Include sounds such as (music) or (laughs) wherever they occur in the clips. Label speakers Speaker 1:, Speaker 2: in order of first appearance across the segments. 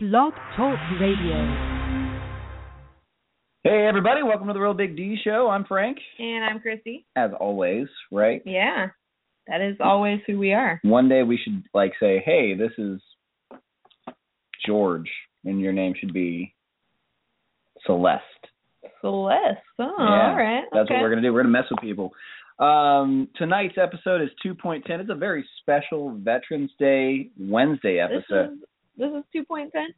Speaker 1: Blog Talk Radio.
Speaker 2: Hey everybody, welcome to the Real Big D Show. I'm Frank,
Speaker 3: And I'm Chrissy.
Speaker 2: as always, right?
Speaker 3: Yeah. That is always who we are.
Speaker 2: One day we should like say, "Hey, this is George," and your name should be Celeste.
Speaker 3: Celeste. Oh,
Speaker 2: Yeah,
Speaker 3: all right.
Speaker 2: That's
Speaker 3: okay.
Speaker 2: what we're gonna do. We're gonna mess with people. Um, tonight's episode is 2.10. It's a very special Veterans Day Wednesday episode.
Speaker 3: This is, this is two point ten.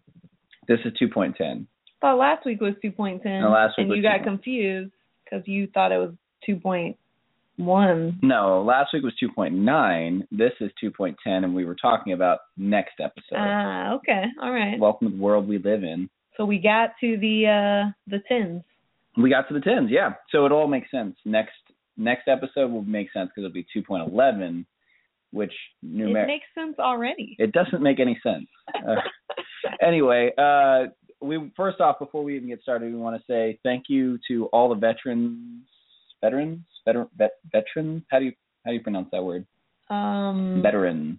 Speaker 2: This is, 2.10.
Speaker 3: Thought last week was two point ten.
Speaker 2: No, last week
Speaker 3: and
Speaker 2: was
Speaker 3: you got
Speaker 2: 2.10.
Speaker 3: confused because you thought it was two point one.
Speaker 2: No, last week was 2.9. This is 2.10, and we were talking about next episode.
Speaker 3: Ah, okay. All right.
Speaker 2: Welcome to the world we live in.
Speaker 3: so we got to the uh the tens.
Speaker 2: We got to the tens, yeah. So it all makes sense. Next next episode will make sense because it'll be two point eleven, which
Speaker 3: it
Speaker 2: numer-
Speaker 3: makes sense already.
Speaker 2: it doesn't make any sense. Uh, (laughs) anyway, uh, we first off before we even get started, we want to say thank you to all the veterans, veterans, veteran, vet, veterans. How do you how do you pronounce that word?
Speaker 3: um
Speaker 2: Veteran.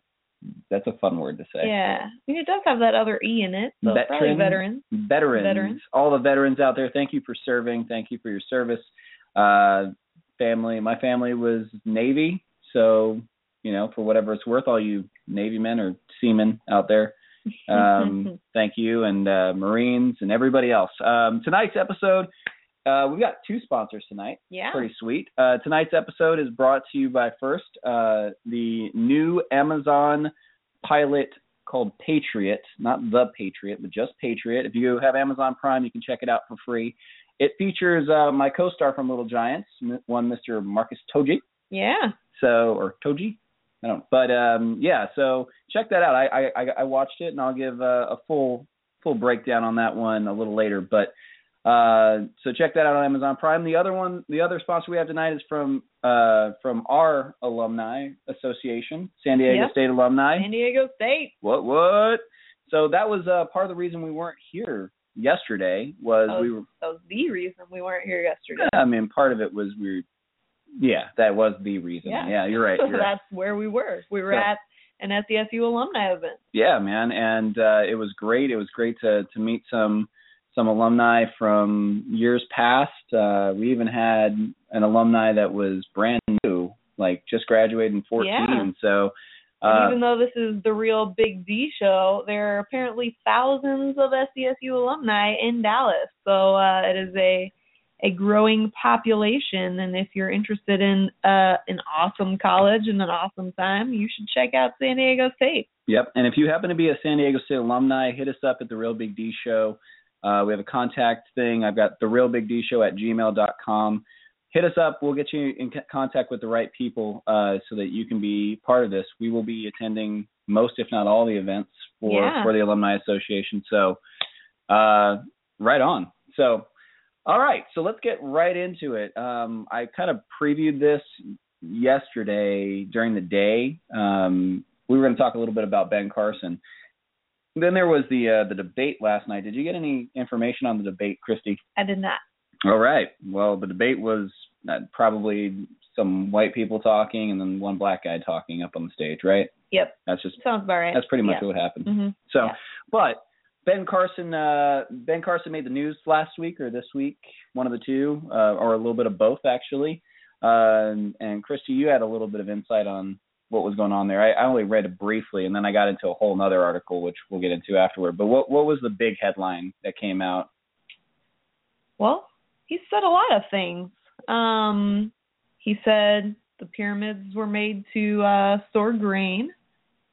Speaker 2: That's a fun word to say.
Speaker 3: Yeah. I mean, it does have that other E in it. So it's probably
Speaker 2: Veteran.
Speaker 3: veteran.
Speaker 2: veterans,
Speaker 3: Veterans.
Speaker 2: all the veterans out there, thank you for serving. Thank you for your service. Uh, family, my family was Navy, so you know, for whatever it's worth, all you Navy men or seamen out there, um, thank you, and uh, Marines and everybody else. Um, tonight's episode, uh, we've got two sponsors tonight.
Speaker 3: Yeah.
Speaker 2: Pretty sweet. Uh, tonight's episode is brought to you by first uh, the new Amazon pilot called Patriot, not the Patriot, but just Patriot. If you have Amazon Prime, you can check it out for free. It features uh, my co-star from Little Giants, m- one Mr. Marcus Toji.
Speaker 3: Yeah.
Speaker 2: So or Toji, I don't. But um, yeah, so check that out. I I, I- I watched it, and I'll give uh, a full full breakdown on that one a little later. But uh, so check that out on Amazon Prime. The other one, the other sponsor we have tonight is from uh, from our alumni association, San Diego
Speaker 3: Yep.
Speaker 2: State alumni.
Speaker 3: San Diego State.
Speaker 2: What what? So that was uh, part of the reason we weren't here yesterday was
Speaker 3: Oh.
Speaker 2: we were.
Speaker 3: That was the reason we weren't here yesterday.
Speaker 2: I mean, part of it was we. Were, yeah, that was the reason.
Speaker 3: Yeah.
Speaker 2: you're right.
Speaker 3: So (laughs)
Speaker 2: You're right.
Speaker 3: that's where we were. We were
Speaker 2: So-
Speaker 3: at an SDSU alumni event.
Speaker 2: yeah man and uh it was great it was great to to meet some some alumni from years past uh we even had an alumni that was brand new like just graduated in 14
Speaker 3: Yeah.
Speaker 2: so
Speaker 3: And
Speaker 2: uh
Speaker 3: even though this is the real Big D show, there are apparently thousands of SDSU alumni in Dallas. So uh, it is a a growing population, and if you're interested in uh, an awesome college and an awesome time, you should check out San Diego State.
Speaker 2: Yep. And if you happen to be a San Diego State alumni, hit us up at the Real Big D Show. Uh, we have a contact thing. I've got the Real Big D Show at gmail.com. Hit us up. We'll get you in c- contact with the right people uh, so that you can be part of this. We will be attending most, if not all, the events for
Speaker 3: Yeah.
Speaker 2: for the Alumni Association. So, uh, right on. So, all right. So let's get right into it. Um, I kind of previewed this yesterday during the day. Um, we were going to talk a little bit about Ben Carson. Then there was the uh, the debate last night. Did you get any information on the debate, Christy?
Speaker 3: I did not.
Speaker 2: All right. Well, the debate was uh, probably some white people talking and then one black guy talking up on the stage, right?
Speaker 3: Yep,
Speaker 2: That's just
Speaker 3: sounds about right.
Speaker 2: that's pretty much what happened.
Speaker 3: hmm
Speaker 2: So,
Speaker 3: Yeah.
Speaker 2: but Ben Carson, uh, Ben Carson made the news last week or this week, one of the two, uh, or a little bit of both actually. Um, and Christy, you had a little bit of insight on what was going on there. I, I only read it briefly, and then I got into a whole other article, which we'll get into afterward. But what what was the big headline that came out?
Speaker 3: Well, he said a lot of things. Um, he said the pyramids were made to uh, store grain,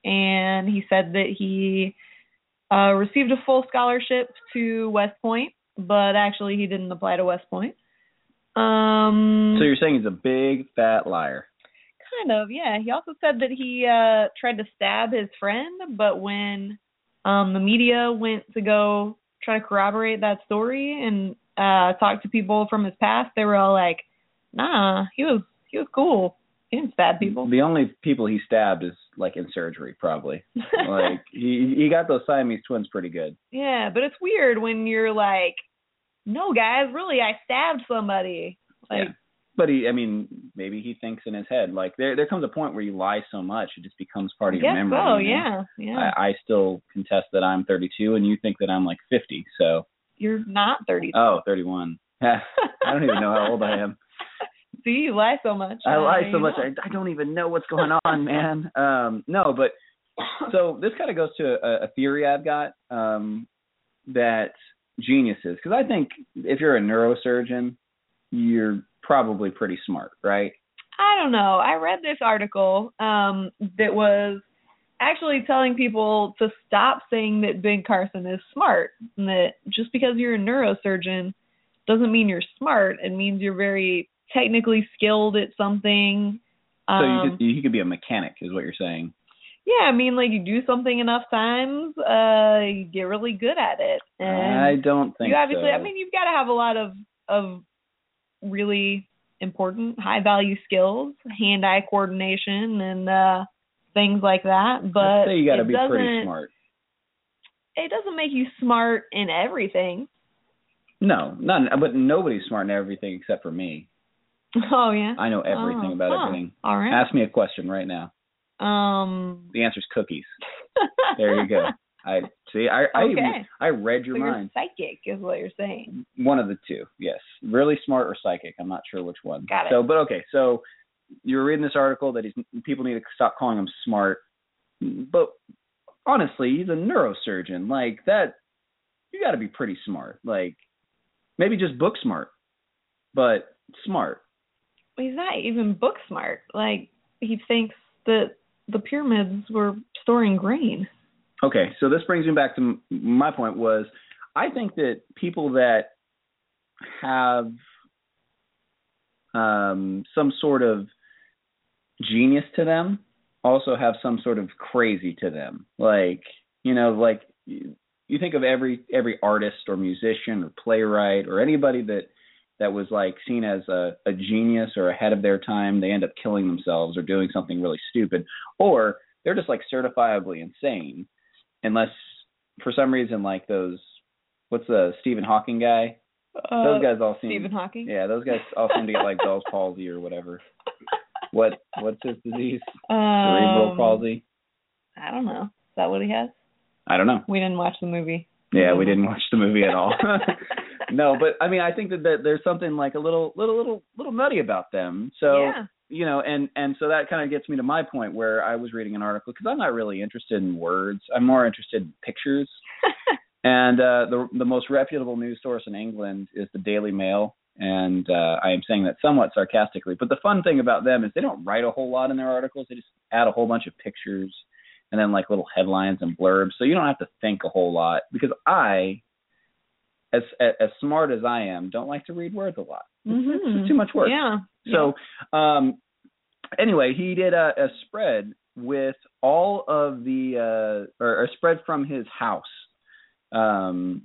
Speaker 3: and he said that he uh, received a full scholarship to West Point, but actually he didn't apply to West Point. Um,
Speaker 2: So you're saying he's a big fat liar.
Speaker 3: kind of, yeah. He also said that he uh, tried to stab his friend, but when Um, the media went to go try to corroborate that story and uh, talk to people from his past. They were all like, "Nah, he was he was cool. He didn't stab people."
Speaker 2: The only people he stabbed is like in surgery,
Speaker 3: (laughs)
Speaker 2: probably. like he he got those Siamese twins pretty good.
Speaker 3: Yeah, but it's weird when you're like, "No, guys, really, I stabbed somebody." Like,
Speaker 2: Yeah. But he, I mean, maybe he thinks in his head. Like there, there comes a point where you lie so much it just becomes part
Speaker 3: I
Speaker 2: of
Speaker 3: guess
Speaker 2: your memory.
Speaker 3: so.
Speaker 2: you know?
Speaker 3: Oh, Yeah, yeah.
Speaker 2: I, I still contest that I'm 32 and you think that I'm like 50. So,
Speaker 3: you're not thirty.
Speaker 2: oh, 31. (laughs) I don't even know how old I am.
Speaker 3: (laughs) See, you lie so much.
Speaker 2: I
Speaker 3: Now
Speaker 2: lie so
Speaker 3: you
Speaker 2: much.
Speaker 3: know.
Speaker 2: I, I don't even know what's going on, man. Um, no, but so this kind of goes to a, a theory I've got um, that geniuses, because I think if you're a neurosurgeon, you're probably pretty smart, right?
Speaker 3: I don't know. I read this article um, that was actually telling people to stop saying that Ben Carson is smart, and that just because you're a neurosurgeon doesn't mean you're smart. It means you're very technically skilled at something.
Speaker 2: So
Speaker 3: Um,
Speaker 2: you could you could be a mechanic, is what you're saying.
Speaker 3: yeah, I mean, like you do something enough times, uh, you get really good at it.
Speaker 2: I
Speaker 3: And
Speaker 2: don't think
Speaker 3: you obviously,
Speaker 2: so.
Speaker 3: I mean, you've got to have a lot of of really important high value skills, hand eye coordination, and uh, things like that.
Speaker 2: I'd
Speaker 3: But
Speaker 2: say you got to
Speaker 3: it
Speaker 2: be pretty
Speaker 3: doesn't-
Speaker 2: smart.
Speaker 3: It doesn't make you smart in everything. (laughs)
Speaker 2: No, not but nobody's smart in everything except for me.
Speaker 3: Oh yeah.
Speaker 2: I know everything
Speaker 3: Oh,
Speaker 2: about
Speaker 3: huh.
Speaker 2: everything.
Speaker 3: All right.
Speaker 2: Ask me a question right now.
Speaker 3: um.
Speaker 2: The answer's cookies. (laughs) There you
Speaker 3: (laughs)
Speaker 2: go. I see. I I, even-
Speaker 3: Okay.
Speaker 2: I read
Speaker 3: So
Speaker 2: your
Speaker 3: you're
Speaker 2: mind.
Speaker 3: psychic, is what you're saying.
Speaker 2: One of the two. Yes, really smart or psychic. I'm not sure which one.
Speaker 3: Got it.
Speaker 2: So, but okay. So you were reading this article that he's people need to stop calling him smart, but honestly, he's a neurosurgeon. Like that, you got to be pretty smart. Like maybe just book smart, but smart.
Speaker 3: he's not even book smart. Like he thinks that the pyramids were storing grain.
Speaker 2: Okay, so this brings me back to m- my point was I think that people that have um, some sort of genius to them also have some sort of crazy to them. Like you know, like you, you think of every every artist or musician or playwright or anybody that that was like seen as a, a genius or ahead of their time, they end up killing themselves or doing something really stupid, or they're just like certifiably insane, unless for some reason like those what's the Stephen Hawking guy?
Speaker 3: Uh,
Speaker 2: those guys all seem
Speaker 3: Stephen Hawking.
Speaker 2: yeah, those guys all seem to get like Bell's palsy or whatever. What what's his disease? Cerebral
Speaker 3: Um,
Speaker 2: palsy.
Speaker 3: I don't know. Is that what he has?
Speaker 2: I don't know.
Speaker 3: We didn't watch the movie.
Speaker 2: Yeah, we didn't watch the movie at all.
Speaker 3: (laughs)
Speaker 2: no, but I mean, I think that, that there's something like a little, little, little, little nutty about them. So
Speaker 3: yeah.
Speaker 2: you know, and and so that kind of gets me to my point where I was reading an article because I'm not really interested in words. I'm more interested in pictures. and uh, the the most reputable news source in England is the Daily Mail, and uh, I am saying that somewhat sarcastically. But the fun thing about them is they don't write a whole lot in their articles. They just add a whole bunch of pictures and then like little headlines and blurbs, so you don't have to think a whole lot. Because I, as as, as smart as I am, don't like to read words a lot. It's- it's
Speaker 3: Mhm.
Speaker 2: too much work.
Speaker 3: Yeah.
Speaker 2: So, um, anyway, he did a, a spread with all of the, uh, or a spread from his house, um,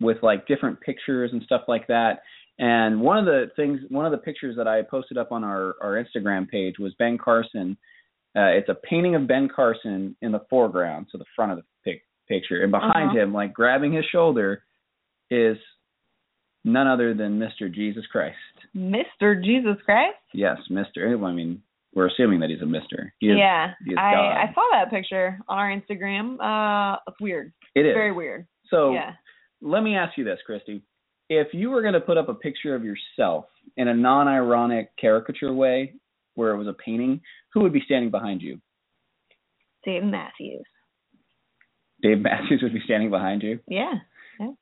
Speaker 2: with like different pictures and stuff like that. And one of the things, one of the pictures that I posted up on our, our Instagram page was Ben Carson. Uh, it's a painting of Ben Carson in the foreground, so the front of the pic- picture, and behind
Speaker 3: Uh-huh.
Speaker 2: him, like grabbing his shoulder, is none other than Mr. Jesus Christ.
Speaker 3: Mr. Jesus Christ.
Speaker 2: Yes, Mister. I mean, we're assuming that he's a Mister. He is,
Speaker 3: yeah.
Speaker 2: he is
Speaker 3: I
Speaker 2: God.
Speaker 3: I saw that picture on our Instagram. Uh, it's weird.
Speaker 2: it is.
Speaker 3: Very weird.
Speaker 2: so
Speaker 3: yeah.
Speaker 2: let me ask you this, Christy: If you were going to put up a picture of yourself in a non-ironic caricature way, where it was a painting, who would be standing behind you?
Speaker 3: Dave Matthews.
Speaker 2: Dave Matthews would be standing behind you.
Speaker 3: Yeah.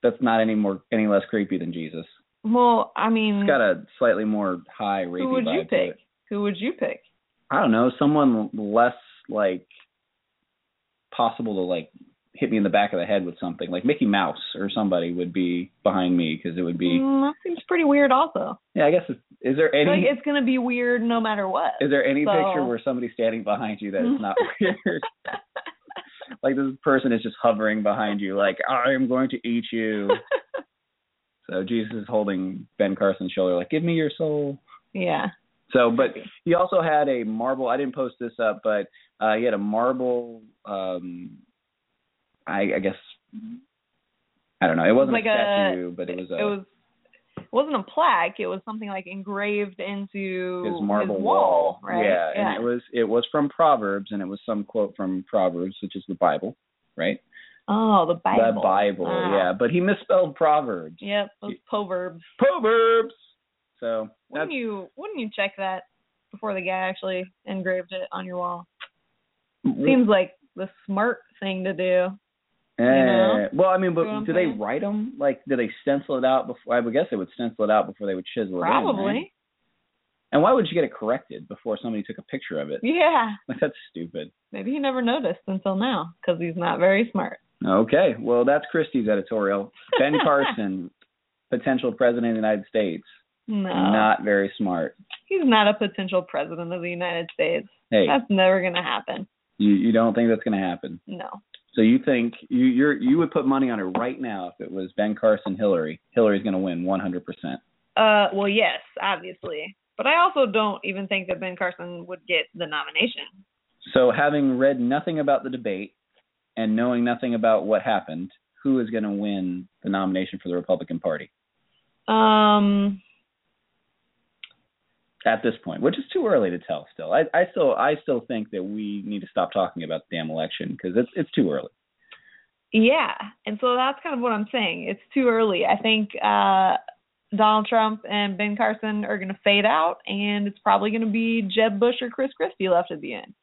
Speaker 2: That's not any more, any less creepy than Jesus.
Speaker 3: Well, I mean,
Speaker 2: It's got a slightly more high rapey
Speaker 3: Mm. who would
Speaker 2: vibe
Speaker 3: you
Speaker 2: to
Speaker 3: pick?
Speaker 2: it.
Speaker 3: Who would you pick?
Speaker 2: I don't know, someone less like possible to like hit me in the back of the head with something. Like Mickey Mouse or somebody would be behind me because it would be.
Speaker 3: Mm, that seems pretty weird, also.
Speaker 2: Yeah, I guess. It's, is there
Speaker 3: like
Speaker 2: any?
Speaker 3: it's gonna be weird no matter what.
Speaker 2: is there any
Speaker 3: so- (laughs)
Speaker 2: picture where somebody's standing behind you that is not weird? (laughs) like this person is just hovering behind you, like I am going to eat you.
Speaker 3: (laughs)
Speaker 2: so Jesus is holding Ben Carson's shoulder, like give me your soul.
Speaker 3: Yeah.
Speaker 2: So, but he also had a marble. I didn't post this up, but uh, he had a marble. um I, I guess I don't know. It wasn't
Speaker 3: Like
Speaker 2: a
Speaker 3: a-
Speaker 2: statue, but it was uh, a
Speaker 3: it was it wasn't a plaque. It was something like engraved into
Speaker 2: his marble
Speaker 3: wall,
Speaker 2: wall,
Speaker 3: right?
Speaker 2: Yeah, and it was it was from Proverbs, and it was some quote from Proverbs, which is the Bible, right?
Speaker 3: oh, the Bible. Ah.
Speaker 2: The Bible,
Speaker 3: Wow.
Speaker 2: yeah. But he misspelled Proverbs.
Speaker 3: Yep, those proverbs.
Speaker 2: Proverbs. So that's
Speaker 3: Wouldn't you wouldn't you check that before the guy actually engraved it on your wall? Seems like the smart thing to do.
Speaker 2: Eh,
Speaker 3: know?
Speaker 2: well, I mean,
Speaker 3: You know what
Speaker 2: but
Speaker 3: I'm
Speaker 2: do they
Speaker 3: saying?
Speaker 2: write them? Like, do they stencil it out before? I would guess they would stencil it out before they would chisel it. in, right?
Speaker 3: Probably.
Speaker 2: And why would you get it corrected before somebody took a picture of it?
Speaker 3: Yeah.
Speaker 2: Like (laughs) that's stupid.
Speaker 3: Maybe he never noticed until now because he's not very smart.
Speaker 2: Okay, well that's Christie's editorial.
Speaker 3: (laughs)
Speaker 2: Ben Carson, potential president of the United States,
Speaker 3: No.
Speaker 2: not very smart.
Speaker 3: He's not a potential president of the United States.
Speaker 2: Hey,
Speaker 3: That's never going to happen.
Speaker 2: you you don't think that's going to happen?
Speaker 3: No.
Speaker 2: So you think you you're you would put money on it right now if it was Ben Carson Hillary? Hillary's going to win 100%.
Speaker 3: Uh, well, yes, obviously. But I also don't even think that Ben Carson would get the nomination.
Speaker 2: So having read nothing about the debate and knowing nothing about what happened, who is going to win the nomination for the Republican Party
Speaker 3: Um,
Speaker 2: at this point? Which is too early to tell still. I I still I still think that we need to stop talking about the damn election because it's it's too early.
Speaker 3: yeah, and so that's kind of what I'm saying. It's too early. I think uh, Donald Trump and Ben Carson are going to fade out, and it's probably going to be Jeb Bush or Chris Christie left at the end.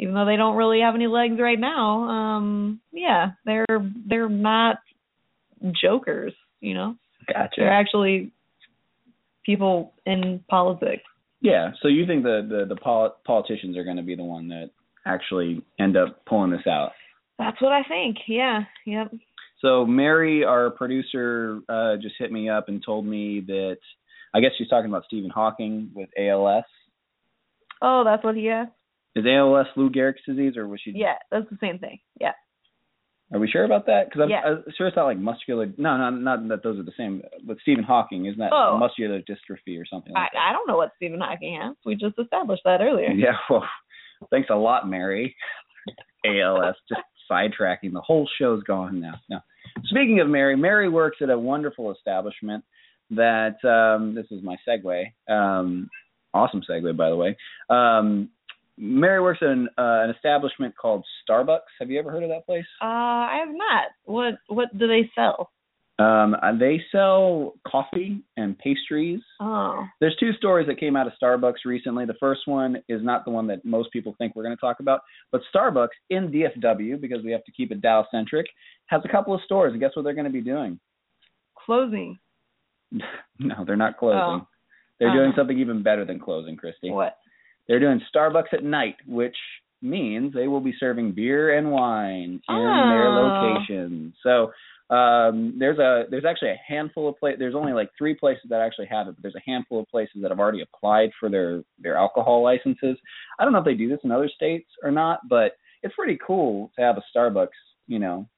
Speaker 3: Even though they don't really have any legs right now, um, yeah, they're they're not jokers, you know. They're
Speaker 2: Gotcha.
Speaker 3: actually people in politics.
Speaker 2: Yeah. So you think the the the pol- politicians are going to be the one that actually end up pulling this out?
Speaker 3: That's what I think. Yeah. Yep.
Speaker 2: So Mary, our producer, uh, just hit me up and told me that I guess she's talking about Stephen Hawking with ALS.
Speaker 3: Oh, that's what he asked.
Speaker 2: Is ALS Lou Gehrig's disease, or was she?
Speaker 3: Yeah, that's the same thing. Yeah.
Speaker 2: Are we sure about that? Because I'm,
Speaker 3: Yeah.
Speaker 2: I'm sure it's not like muscular. No, no, not that those are the same. But Stephen Hawking isn't that
Speaker 3: Oh.
Speaker 2: muscular dystrophy or something
Speaker 3: I,
Speaker 2: like
Speaker 3: I don't know what Stephen Hawking has. We just established that earlier.
Speaker 2: that? (laughs) Yeah. Well, thanks a lot, Mary. ALS. Just sidetracking. The whole show's gone now. No. Speaking of Mary, Mary works at a wonderful establishment that um this is my segue. Um awesome segue by the way. Um Mary works at an, uh, an establishment called Starbucks. Have you ever heard of that place?
Speaker 3: Uh, I have not. What What do they sell?
Speaker 2: Um, they sell coffee and pastries.
Speaker 3: Oh.
Speaker 2: There's two stories that came out of Starbucks recently. The first one is not the one that most people think we're going to talk about, but Starbucks in DFW, because we have to keep it Dallas centric, has a couple of stores. And guess what they're going to be doing? (laughs)
Speaker 3: Closing.
Speaker 2: no, they're not closing.
Speaker 3: Oh.
Speaker 2: They're doing
Speaker 3: Uh-huh.
Speaker 2: something even better than closing, Christy.
Speaker 3: What?
Speaker 2: They're doing Starbucks at night, which means they will be serving beer and wine in their
Speaker 3: Oh.
Speaker 2: location. So um, there's a there's actually a handful of places. There's only like three places that actually have it, but there's a handful of places that have already applied for their their alcohol licenses. I don't know if they do this in other states or not, but it's pretty cool to have a Starbucks. You know,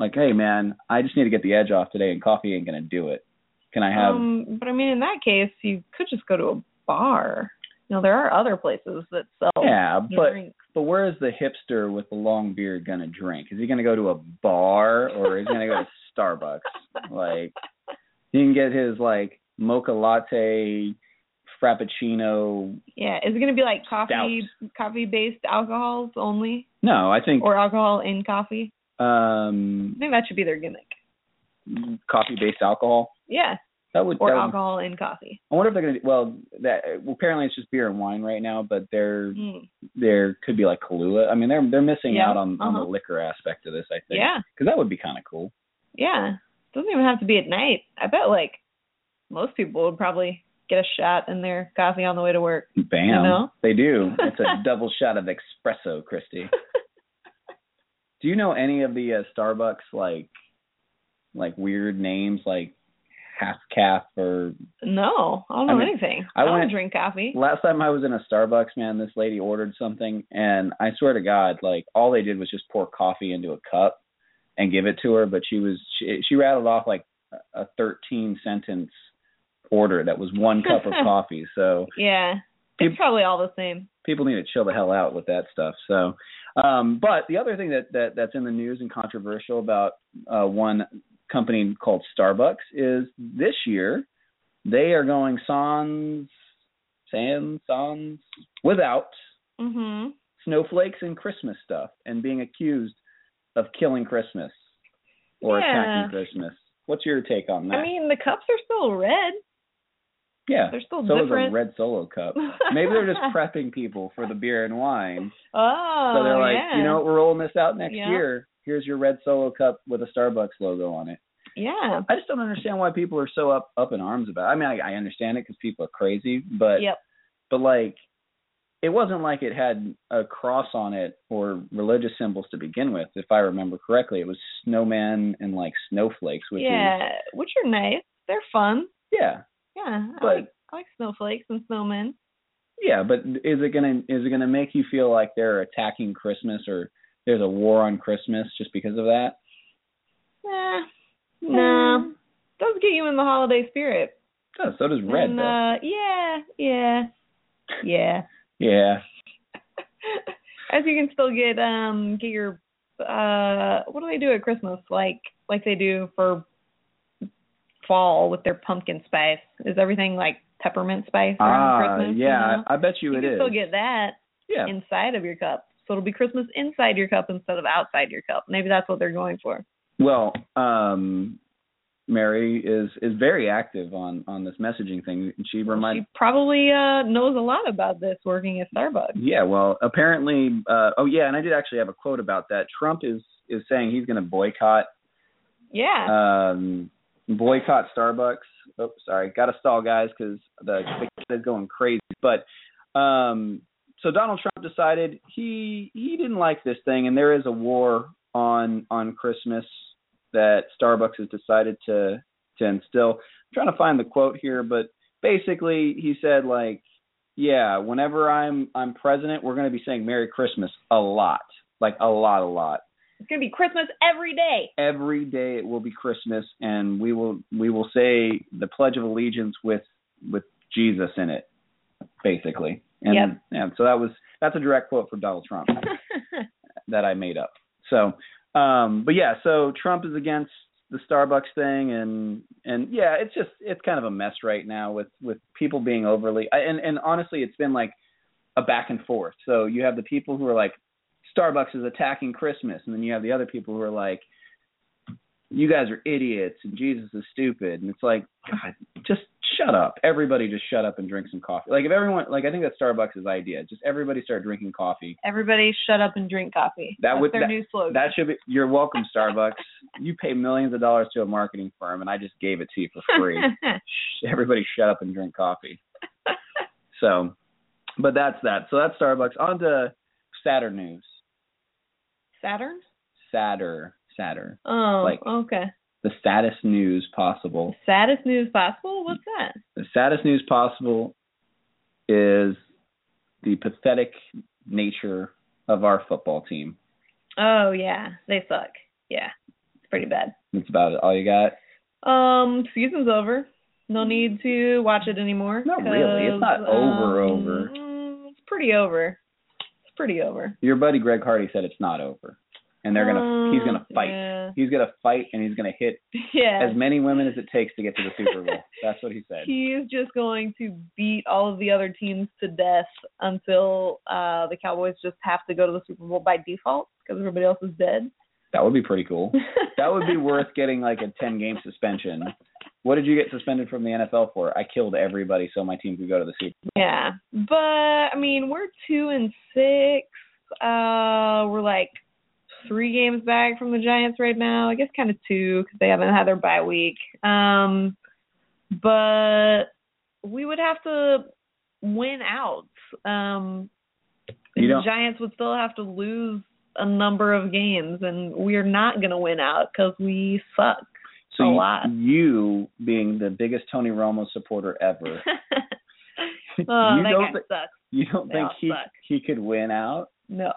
Speaker 2: like hey man, I just need to get the edge off today, and coffee ain't gonna do it. Can I have?
Speaker 3: Um, but I mean, in that case, you could just go to a bar. You know, there are other places that sell
Speaker 2: yeah, but
Speaker 3: drinks.
Speaker 2: But where is the hipster with the long beard gonna drink? Is he gonna go to a bar or is he gonna go
Speaker 3: (laughs)
Speaker 2: to Starbucks? Like he can get his like mocha latte, frappuccino.
Speaker 3: Yeah, is it going to be like coffee coffee based alcohols only,
Speaker 2: No, I think
Speaker 3: or alcohol in coffee? I
Speaker 2: um
Speaker 3: think that should be their gimmick.
Speaker 2: coffee based alcohol.
Speaker 3: Yeah,
Speaker 2: That would,
Speaker 3: or
Speaker 2: that would-
Speaker 3: alcohol in coffee.
Speaker 2: I wonder if they're gonna do, well that well, apparently it's just beer and wine right now, but there
Speaker 3: Mm.
Speaker 2: there could be like Kahlua. I mean they're they're missing
Speaker 3: Yeah,
Speaker 2: out on, on the
Speaker 3: uh-huh.
Speaker 2: liquor aspect of this, I think.
Speaker 3: Yeah,
Speaker 2: Because that would be kinda cool.
Speaker 3: yeah. Doesn't even have to be at night. I bet like most people would probably get a shot in their coffee on the way to work.
Speaker 2: Bam.
Speaker 3: You know?
Speaker 2: They do. It's
Speaker 3: (laughs)
Speaker 2: a double shot of espresso, Christy. Do you know any of the uh, Starbucks like like weird names like half calf or
Speaker 3: No, I don't
Speaker 2: I
Speaker 3: know
Speaker 2: mean,
Speaker 3: anything.
Speaker 2: I
Speaker 3: I, don't
Speaker 2: went-
Speaker 3: drink coffee.
Speaker 2: last time I was in a Starbucks, man, this lady ordered something, and I swear to God, like all they did was just pour coffee into a cup and give it to her. But she was she, she rattled off like a- a thirteen sentence order that was one cup of
Speaker 3: (laughs)
Speaker 2: coffee. So
Speaker 3: Yeah,
Speaker 2: Peop-
Speaker 3: it's probably all the same.
Speaker 2: people need to chill the hell out with that stuff. So, um, but the other thing that, that that's in the news and controversial about uh, one company called Starbucks is this year they are going sans, sans, sans without
Speaker 3: Mhm.
Speaker 2: snowflakes and Christmas stuff and being accused of killing Christmas or
Speaker 3: Yeah.
Speaker 2: attacking Christmas. What's your take on that?
Speaker 3: I mean, the cups are still red.
Speaker 2: yeah.
Speaker 3: They're still
Speaker 2: So is a
Speaker 3: different.
Speaker 2: red solo cup. Maybe they're
Speaker 3: (laughs)
Speaker 2: just prepping people for the beer and wine.
Speaker 3: oh,
Speaker 2: So they're like,
Speaker 3: yeah.
Speaker 2: you know, what, we're rolling this out next
Speaker 3: Yeah.
Speaker 2: year. Here's your red solo cup with a Starbucks logo on it.
Speaker 3: yeah.
Speaker 2: I just don't understand why people are so up up in arms about. It. I mean, I, I understand it because people are crazy, but
Speaker 3: Yep.
Speaker 2: but like, it wasn't like it had a cross on it or religious symbols to begin with, if I remember correctly. It was snowman and like snowflakes, which is
Speaker 3: yeah, which are nice. They're fun.
Speaker 2: yeah,
Speaker 3: Yeah, I
Speaker 2: But-
Speaker 3: like I like snowflakes and snowmen.
Speaker 2: yeah. But is it gonna is it gonna make you feel like they're attacking Christmas or there's a war on Christmas just because of that?
Speaker 3: Nah, nah, does get you in the holiday spirit.
Speaker 2: Yeah, Oh, so does red.
Speaker 3: And,
Speaker 2: though.
Speaker 3: uh, yeah, yeah,
Speaker 2: (laughs)
Speaker 3: yeah.
Speaker 2: Yeah.
Speaker 3: As you can still get um get your uh what do they do at Christmas like like they do for fall with their pumpkin spice is everything like peppermint spice around
Speaker 2: Ah,
Speaker 3: Christmas? you
Speaker 2: yeah.
Speaker 3: know?
Speaker 2: I I bet you,
Speaker 3: you
Speaker 2: it
Speaker 3: can
Speaker 2: is.
Speaker 3: still get that
Speaker 2: yeah.
Speaker 3: inside of your cup. So it'll be Christmas inside your cup instead of outside your cup. Maybe that's what they're going for.
Speaker 2: Well, um, Mary is is very active on on this messaging thing. She reminds.
Speaker 3: She probably uh knows a lot about this working at Starbucks.
Speaker 2: yeah. Well, apparently. Uh, oh, yeah. And I did actually have a quote about that. Trump is is saying he's going to boycott
Speaker 3: Yeah.
Speaker 2: um, boycott Starbucks. Oh, sorry, got to stall, guys, because the, the cat is going crazy. But um, so Donald Trump decided he he didn't like this thing, and there is a war on on Christmas that Starbucks has decided to to instill. I'm trying to find the quote here, but basically he said like, yeah, whenever I'm I'm president, we're going to be saying Merry Christmas a lot, like a lot, a lot
Speaker 3: it's gonna be Christmas every day.
Speaker 2: every day it will be Christmas, and we will we will say the Pledge of Allegiance with with Jesus in it, basically. And,
Speaker 3: Yep.
Speaker 2: and so that was that's a direct quote from Donald Trump that I made up. So, um, but yeah, so Trump is against the Starbucks thing, and and yeah, it's just it's kind of a mess right now with with people being overly I- and and honestly, it's been like a back and forth. So you have the people who are like Starbucks is attacking Christmas, and then you have the other people who are like you guys are idiots and Jesus is stupid, and it's like God, just shut up. Everybody just shut up and drink some coffee. Like if everyone like I think that's Starbucks' idea. Just everybody start drinking coffee.
Speaker 3: Everybody shut up and drink coffee.
Speaker 2: That
Speaker 3: That's
Speaker 2: would-
Speaker 3: their
Speaker 2: that-
Speaker 3: new slogan.
Speaker 2: That should be you're welcome, Starbucks. you pay millions of dollars to a marketing firm, and I just gave it to you for free. Sh- Everybody, shut up and drink coffee. So, but that's that. So that's Starbucks. On to Saturn news.
Speaker 3: (laughs) Saturn?
Speaker 2: Satter, Satter,
Speaker 3: Oh
Speaker 2: Like-
Speaker 3: okay.
Speaker 2: the saddest news possible.
Speaker 3: Saddest news possible? What's that?
Speaker 2: The saddest news possible is the pathetic nature of our football team.
Speaker 3: Oh yeah. They suck. Yeah. It's pretty bad.
Speaker 2: That's about it. All you got?
Speaker 3: Um, season's over. No need to watch it anymore.
Speaker 2: Not really. It's not
Speaker 3: 'cause,
Speaker 2: over,
Speaker 3: um,
Speaker 2: over.
Speaker 3: mm, It's pretty over. It's pretty over.
Speaker 2: Your buddy Greg Hardy said it's not over, and they're gonna. he's gonna fight.
Speaker 3: Oh, Um, Yeah. (laughs)
Speaker 2: He's gonna fight, and he's gonna hit
Speaker 3: yeah.
Speaker 2: as many women as it takes to get to the Super Bowl.
Speaker 3: (laughs)
Speaker 2: That's what he said.
Speaker 3: He's just going to beat all of the other teams to death until uh the Cowboys just have to go to the Super Bowl by default because everybody else is dead.
Speaker 2: That would be pretty cool. That would be worth getting like a ten game suspension. What did you get suspended from the NFL for? I killed everybody so my team could go to the Super. Bowl.
Speaker 3: Yeah. But I mean, we're two and six. Uh we're like three games back from the Giants right now. I guess kind of two because they haven't had their bye week. Um but we would have to win out. Um
Speaker 2: You
Speaker 3: the
Speaker 2: don't-
Speaker 3: Giants would still have to lose a number of games and we're not going to win out cuz we suck. (laughs)
Speaker 2: So
Speaker 3: a
Speaker 2: you-
Speaker 3: lot.
Speaker 2: you being the biggest Tony Romo supporter ever, (laughs)
Speaker 3: oh, that
Speaker 2: you don't
Speaker 3: guy
Speaker 2: thi-
Speaker 3: sucks.
Speaker 2: you don't
Speaker 3: They
Speaker 2: think
Speaker 3: all
Speaker 2: he
Speaker 3: suck.
Speaker 2: he could win out?
Speaker 3: No.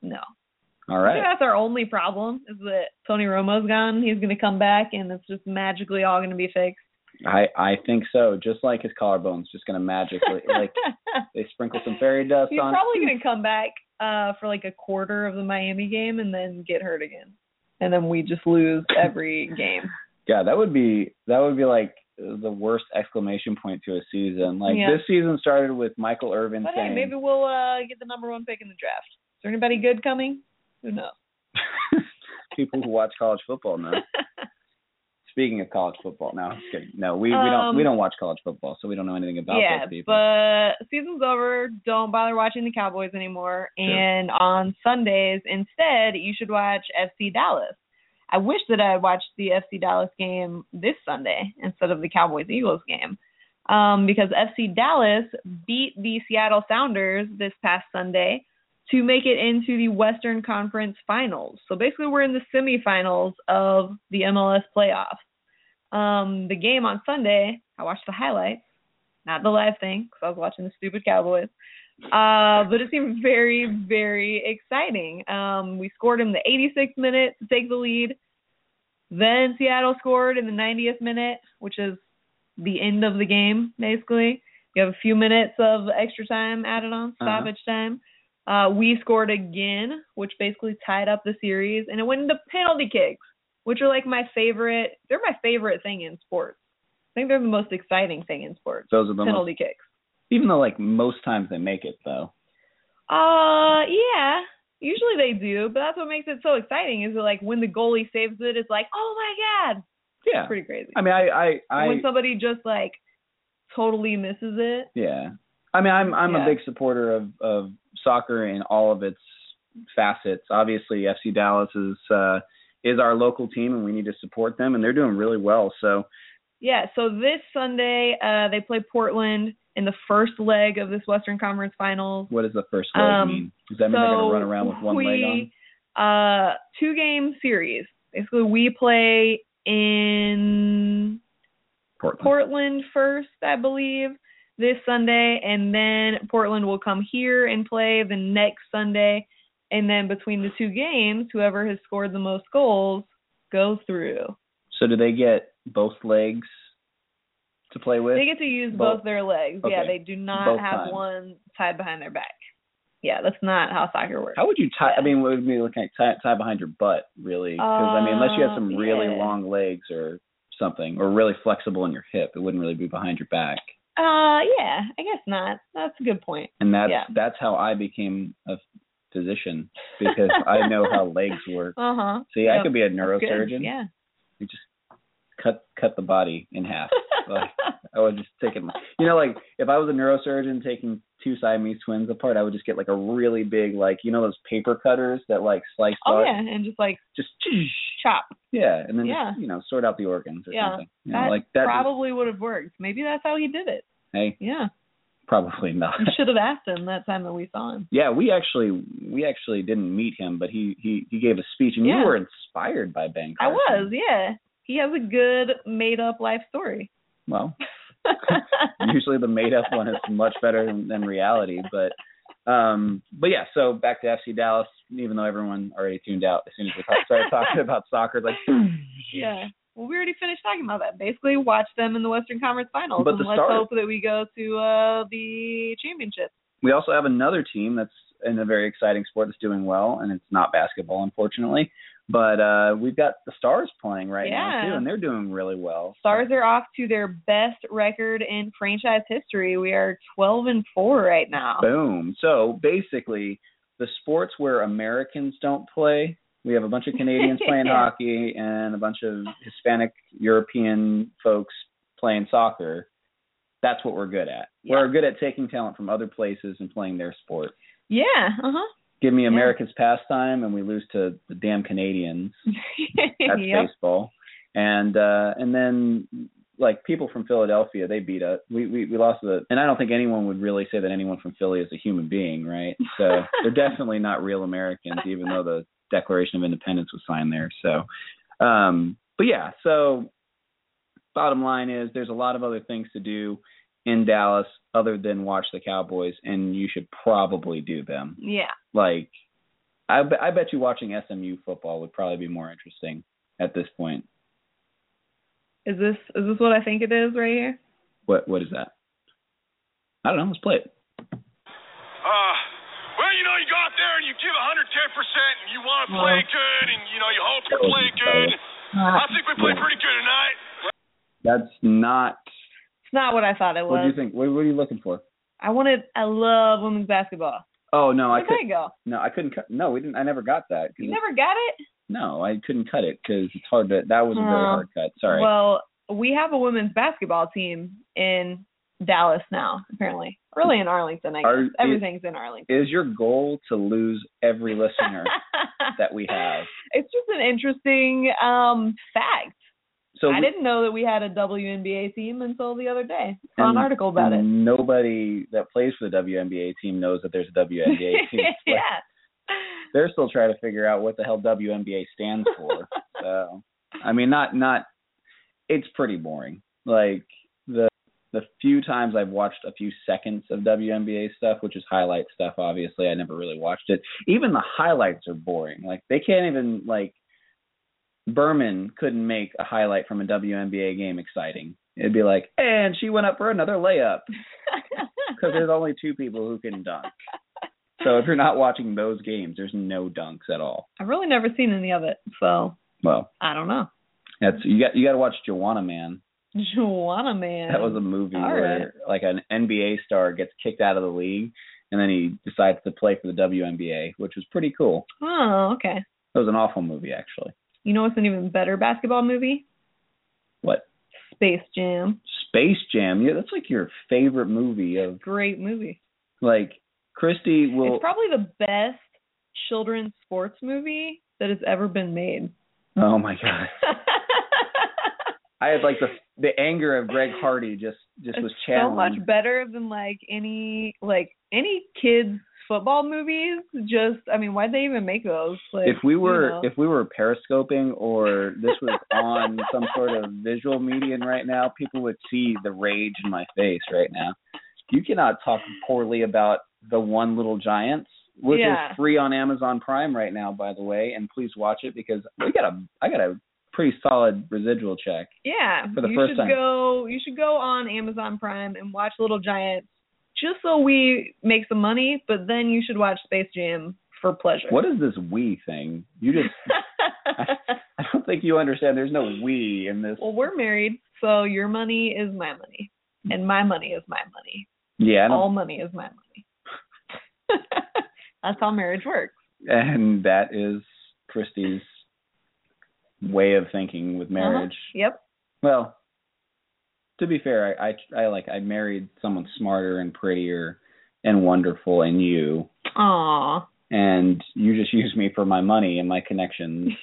Speaker 3: No.
Speaker 2: All
Speaker 3: I
Speaker 2: right.
Speaker 3: think that's our only problem is that Tony Romo's gone. He's going to come back, and it's just magically all going to be fixed.
Speaker 2: I I think so. Just like his collarbone's just gonna
Speaker 3: (laughs)
Speaker 2: magically like they sprinkle some fairy dust
Speaker 3: He's
Speaker 2: on. it.
Speaker 3: probably going to come back uh, for like a quarter of the Miami game and then get hurt again. And then we just lose
Speaker 2: (laughs)
Speaker 3: every game.
Speaker 2: Yeah, that would be that would be like the worst exclamation point to a season. Like
Speaker 3: Yeah.
Speaker 2: this season started with Michael Irvin
Speaker 3: But
Speaker 2: saying
Speaker 3: hey, maybe we'll uh, get the number one pick in the draft. Is there anybody good coming? Who knows?
Speaker 2: people who watch college football
Speaker 3: (laughs)
Speaker 2: know. Speaking of college football, no, I'm just kidding. No, we, we don't we
Speaker 3: Um,
Speaker 2: don't watch college football, so we don't know anything about
Speaker 3: yeah,
Speaker 2: those people.
Speaker 3: but season's over. Don't bother watching the Cowboys anymore. And on Sundays, instead, you should watch FC Dallas. I wish that I had watched the FC Dallas game this Sunday instead of the Cowboys Eagles game. Um, because FC Dallas beat the Seattle Sounders this past Sunday to make it into the Western Conference Finals. So basically, we're in the semifinals of the MLS playoffs. Um, the game on Sunday, I watched the highlights not the live thing because I was watching the stupid Cowboys. Uh, but it seemed very, very exciting. Um, we scored in the 86th minute to take the lead. Then Seattle scored in the 90th minute, which is the end of the game, basically. You have a few minutes of extra time added on,
Speaker 2: Uh-huh.
Speaker 3: stoppage time. Uh, we scored again, which basically tied up the series, and it went into penalty kicks, which are like my favorite. They're my favorite thing in sports. I think they're the most exciting thing in sports
Speaker 2: those are the most,
Speaker 3: penalty kicks.
Speaker 2: even though like most times they make it though.
Speaker 3: Uh, yeah. Usually they do, but that's what makes it so exciting. Is that like when the goalie saves it, it's like, oh my god,
Speaker 2: Yeah.
Speaker 3: it's pretty crazy.
Speaker 2: I mean I I, I
Speaker 3: when somebody just like totally misses it,
Speaker 2: Yeah. I mean, I'm I'm
Speaker 3: Yeah.
Speaker 2: a big supporter of of soccer in all of its facets. Obviously, FC Dallas is uh is our local team and we need to support them and they're doing really well. So,
Speaker 3: yeah. So this Sunday, uh, they play Portland in the first leg of this Western Conference Finals.
Speaker 2: what does the first leg
Speaker 3: Um,
Speaker 2: mean? Does that mean they're
Speaker 3: so
Speaker 2: going to run around with one
Speaker 3: we,
Speaker 2: leg on?
Speaker 3: Uh, two game series. Basically, we play in
Speaker 2: Portland.
Speaker 3: Portland first, I believe, this Sunday, and then Portland will come here and play the next Sunday. And then between the two games, whoever has scored the most goals goes through.
Speaker 2: So, do they get both legs to play with?
Speaker 3: They get to use
Speaker 2: Both-
Speaker 3: both, their legs. Yeah,
Speaker 2: okay.
Speaker 3: they do not
Speaker 2: Both
Speaker 3: have
Speaker 2: times.
Speaker 3: one tied behind their back. Yeah, that's not how soccer works.
Speaker 2: How would you tie? I
Speaker 3: Yeah.
Speaker 2: mean, what would be looking at tie, tie behind your butt, really? Because I mean, unless you have some
Speaker 3: Uh,
Speaker 2: really
Speaker 3: yeah.
Speaker 2: long legs or something, or really flexible in your hip, it wouldn't really be behind your back.
Speaker 3: Uh, yeah, I guess not. That's a good point.
Speaker 2: and that's
Speaker 3: Yeah.
Speaker 2: that's how I became a physician because I know
Speaker 3: (laughs)
Speaker 2: how legs work.
Speaker 3: Uh huh.
Speaker 2: See, I
Speaker 3: Yep,
Speaker 2: could be a
Speaker 3: That's good.
Speaker 2: neurosurgeon.
Speaker 3: Yeah.
Speaker 2: You just cut cut the body in half. Like, I would just take it. You know, like if I was a neurosurgeon taking two Siamese twins apart, I would just get like a really big, like you know those paper cutters that like slice.
Speaker 3: (laughs) oh
Speaker 2: bar-
Speaker 3: yeah, and just like
Speaker 2: Just
Speaker 3: chop.
Speaker 2: yeah, and then
Speaker 3: Yeah.
Speaker 2: just you know sort out the organs or
Speaker 3: Yeah,
Speaker 2: something. You know,
Speaker 3: that
Speaker 2: like that. just-
Speaker 3: probably would have worked. Maybe that's how he did it.
Speaker 2: hey,
Speaker 3: Yeah.
Speaker 2: probably not.
Speaker 3: (laughs) You should have asked him that time that we saw him.
Speaker 2: Yeah, we actually we actually didn't meet him, but he he he gave a speech, and
Speaker 3: Yeah.
Speaker 2: you were inspired by Ben.
Speaker 3: I
Speaker 2: Carson.
Speaker 3: was, yeah. He has a good made up life
Speaker 2: (laughs)
Speaker 3: story.
Speaker 2: Well, usually the made up one is much better than, than reality, but um, but yeah. So back to FC Dallas, even though everyone already tuned out as soon as we talk, started talking (laughs) about soccer, like.
Speaker 3: yeah. Well, we already finished talking about that. Basically, watch them in the Western Conference Finals,
Speaker 2: But
Speaker 3: and
Speaker 2: the
Speaker 3: let's
Speaker 2: start-
Speaker 3: hope that we go to uh the championship.
Speaker 2: We also have another team that's in a very exciting sport that's doing well, and it's not basketball, unfortunately. But uh, we've got the Stars playing right now
Speaker 3: Yeah.
Speaker 2: too, and they're doing really well.
Speaker 3: Stars are off to their best record in franchise history. We are 12 and four right now.
Speaker 2: Boom. So basically, the sports where Americans don't play, we have a bunch of Canadians playing
Speaker 3: Yeah.
Speaker 2: hockey and a bunch of Hispanic European folks playing soccer. That's what we're good at. We're good at taking talent from other places and playing their sport.
Speaker 3: Yeah. Uh (laughs) huh.
Speaker 2: Give me America's pastime, and we lose to the damn Canadians.
Speaker 3: (laughs)
Speaker 2: That's
Speaker 3: yep.
Speaker 2: baseball. And uh and then like people from Philadelphia, they beat us. We we we lost to the and I don't think anyone would really say that anyone from Philly is a human being, right? So they're definitely not real Americans, even though the Declaration of Independence was signed there. So um but yeah, so bottom line is there's a lot of other things to do in Dallas other than watch the Cowboys, and you should probably do them.
Speaker 3: Yeah.
Speaker 2: Like, I, be- I bet you watching SMU football would probably be more interesting at this point.
Speaker 3: Is this is this what I think it is right here?
Speaker 2: What what is that? I don't know. Let's play it.
Speaker 4: Uh, well, you know, you go out there and you give 110 percent, and you want to play good, and you know, you hope you play good. I think we played pretty good tonight.
Speaker 2: That's not.
Speaker 3: It's not what I thought it
Speaker 2: What do
Speaker 3: was.
Speaker 2: you think? What, what are you looking for?
Speaker 3: I wanted I love women's basketball.
Speaker 2: Oh no, I
Speaker 3: Where'd
Speaker 2: could
Speaker 3: that go?
Speaker 2: no, I couldn't cut. No, we didn't. I never got that. 'cause
Speaker 3: You
Speaker 2: it's-
Speaker 3: never got it?
Speaker 2: No, I couldn't cut it because it's hard to. That was a very
Speaker 3: Oh.
Speaker 2: hard cut. Sorry.
Speaker 3: Well, we have a women's basketball team in Dallas now, apparently. Really in Arlington, I guess.
Speaker 2: Are-
Speaker 3: Everything's in Arlington.
Speaker 2: is your goal to lose every listener that we have?
Speaker 3: (laughs) It's just an interesting um fact.
Speaker 2: So
Speaker 3: I
Speaker 2: we-
Speaker 3: didn't know that we had a WNBA team until the other day. I saw an
Speaker 2: and
Speaker 3: article about it.
Speaker 2: Nobody that plays for the WNBA team knows that there's a
Speaker 3: (laughs)
Speaker 2: WNBA team. Like,
Speaker 3: yeah. (laughs)
Speaker 2: They're still trying to figure out what the hell WNBA stands for. so, I mean, not not. It's pretty boring. Like the the few times I've watched a few seconds of WNBA stuff, which is highlight stuff. Obviously, I never really watched it. Even the highlights are boring. Like they can't even like. Berman couldn't make a highlight from a WNBA game exciting. It'd be like, and she went up for another layup because there's only two people who can dunk. So if you're not watching those games, there's no dunks at all.
Speaker 3: I've really never seen any of it, so
Speaker 2: Well,
Speaker 3: I don't know.
Speaker 2: that's you got you got to watch Joanna Man.
Speaker 3: Joanna man.
Speaker 2: That was a movie
Speaker 3: All
Speaker 2: where like an NBA star gets kicked out of the league and then he decides to play for the WNBA, which was pretty cool.
Speaker 3: Oh, okay.
Speaker 2: That was an awful movie actually.
Speaker 3: You know what's an even better basketball movie?
Speaker 2: What?
Speaker 3: Space Jam.
Speaker 2: Space Jam. Yeah, that's like your favorite movie of
Speaker 3: Great movie.
Speaker 2: like Christy will
Speaker 3: it's probably the best children's sports movie that has ever been made. (laughs)
Speaker 2: Oh my god. I had like the the anger of Greg Hardy just just
Speaker 3: it's
Speaker 2: was
Speaker 3: so
Speaker 2: challenged.
Speaker 3: much better than like any like any kids football movies. Just I mean, why'd they even make those? Like
Speaker 2: if we were
Speaker 3: you know.
Speaker 2: if we were periscoping or this was
Speaker 3: (laughs)
Speaker 2: on some sort of visual medium right now, people would see the rage in my face right now. You cannot talk poorly about the One Little Giants, which
Speaker 3: Yeah.
Speaker 2: is free on Amazon Prime right now, by the way, and please watch it because we got a I got a pretty solid residual check.
Speaker 3: Yeah,
Speaker 2: for the
Speaker 3: you
Speaker 2: first
Speaker 3: should
Speaker 2: time.
Speaker 3: go. You should go on Amazon Prime and watch Little Giants, just so we make some money. But then you should watch Space Jam for pleasure. (laughs)
Speaker 2: What is this we thing? You just (laughs) I don't think you understand. There's no we in this.
Speaker 3: well, we're married, so your money is my money, and my money is my money.
Speaker 2: Yeah, I don't
Speaker 3: All money is my money. (laughs) That's how marriage works.
Speaker 2: and that is Christie's way of thinking
Speaker 3: Uh-huh.
Speaker 2: with marriage.
Speaker 3: Yep.
Speaker 2: Well, to be fair, I, I I like I married someone smarter and prettier and wonderful and you, (laughs)
Speaker 3: Aw.
Speaker 2: and you just (laughs) use me for my money and my connections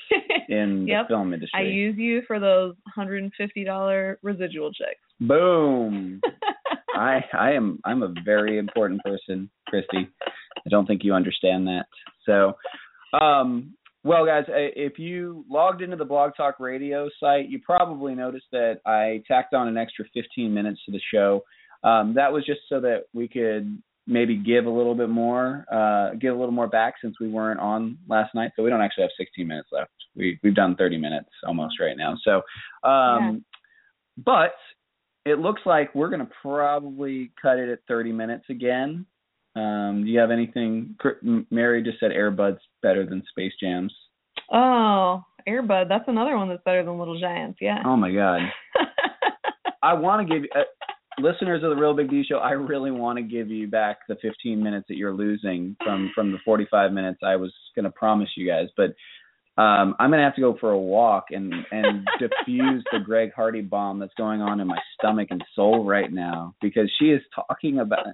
Speaker 2: in
Speaker 3: Yep.
Speaker 2: the film
Speaker 3: I
Speaker 2: industry.
Speaker 3: use you for those hundred and fifty dollar residual checks.
Speaker 2: Boom. I I am I'm a very important person, Christy. I don't think you understand that. So, um, well, guys, i- if you logged into the Blog Talk Radio site, you probably noticed that I tacked on an extra 15 minutes to the show. Um, that was just so that we could maybe give a little bit more, uh, give a little more back since we weren't on last night. So we don't actually have 16 minutes left. We we've done 30 minutes almost right now. So, um, but it looks like we're going to probably cut it at 30 minutes again. Um, do you have anything? Cr- M- Mary just said Airbuds better than Space Jams.
Speaker 3: Oh, Airbud. That's another one that's better than Little Giants. Yeah.
Speaker 2: Oh my God. I want to give uh, listeners of the Real Big D Show. I really want to give you back the 15 minutes that you're losing from from the 45 minutes I was going to promise you guys, but um, I'm going to have to go for a walk and and diffuse the Greg Hardy bomb that's going on in my stomach and soul right now because she is talking about.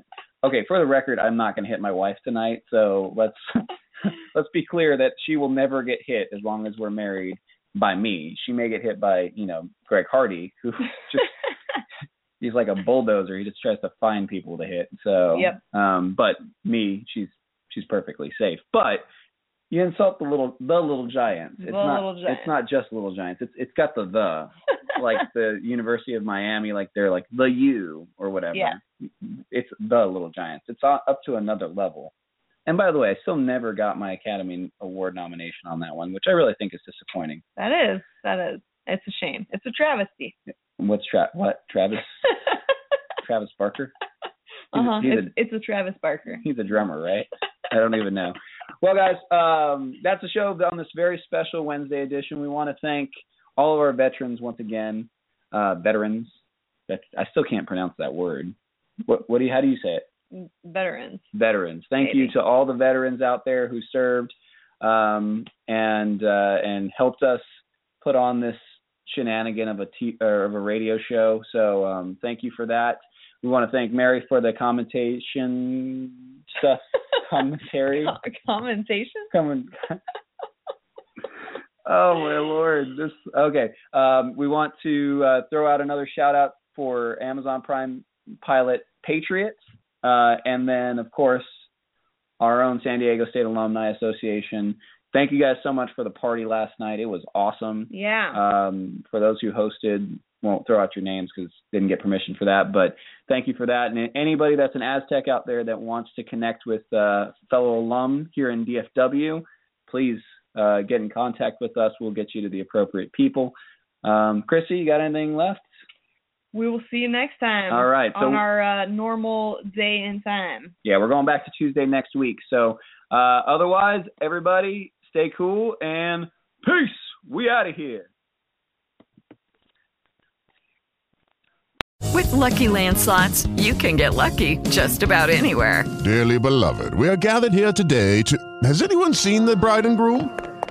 Speaker 2: Okay, for the record, I'm not going to hit my wife tonight, so let's let's be clear that she will never get hit as long as we're married by me. She may get hit by you know Greg Hardy who (laughs)
Speaker 3: (laughs)
Speaker 2: just he's like a bulldozer. He just tries to find people to hit. So
Speaker 3: Yep.
Speaker 2: um but me, she's she's perfectly safe. But You insult the little the little giants. It's
Speaker 3: The
Speaker 2: not
Speaker 3: Little Giants.
Speaker 2: it's not just little giants. It's it's got the the like the University of Miami, like they're like the U or whatever.
Speaker 3: Yeah.
Speaker 2: It's the Little Giants. It's a- up to another level. And by the way, I still never got my Academy Award nomination on that one, which I really think is disappointing.
Speaker 3: (laughs) that is that is. It's a shame. It's a travesty. (laughs)
Speaker 2: What's Tra- what Travis Travis Barker? He's,
Speaker 3: uh-huh.
Speaker 2: a, he's,
Speaker 3: It's,
Speaker 2: a,
Speaker 3: it's a Travis Barker.
Speaker 2: he's a drummer, right? I don't even know. Well, guys, um, that's the show on this very special Wednesday edition. We want to thank all of our veterans once again. Uh, veterans. That, I still can't pronounce that word. What, what do you? How do you say it?
Speaker 3: Veterans.
Speaker 2: veterans. Thank you
Speaker 3: Maybe.
Speaker 2: to all the veterans out there who served um, and uh, and helped us put on this shenanigan of a t- or of a radio show. So um, thank you for that. We want to thank Mary for the commentation stuff, (laughs) commentary,
Speaker 3: (laughs) Commentation.
Speaker 2: coming. (laughs) oh my lord! This okay. Um, we want to uh, throw out another shout out for Amazon Prime pilot Patriots, uh, and then of course our own San Diego State Alumni Association. Thank you guys so much for the party last night. It was awesome.
Speaker 3: Yeah.
Speaker 2: Um, for those who hosted, won't throw out your names because didn't get permission for that. But thank you for that. And anybody that's an Aztec out there that wants to connect with uh, fellow alum here in DFW, please uh, get in contact with us. We'll get you to the appropriate people. Um, Chrissy, you got anything left?
Speaker 3: we will see you next time.
Speaker 2: All right, so-
Speaker 3: on our uh, normal day and time.
Speaker 2: Yeah, we're going back to Tuesday next week. So uh, otherwise, everybody stay cool and peace. We out of here.
Speaker 5: With Lucky Land slots, you can get lucky just about anywhere.
Speaker 6: Dearly beloved, we are gathered here today to. Has anyone seen the bride and groom?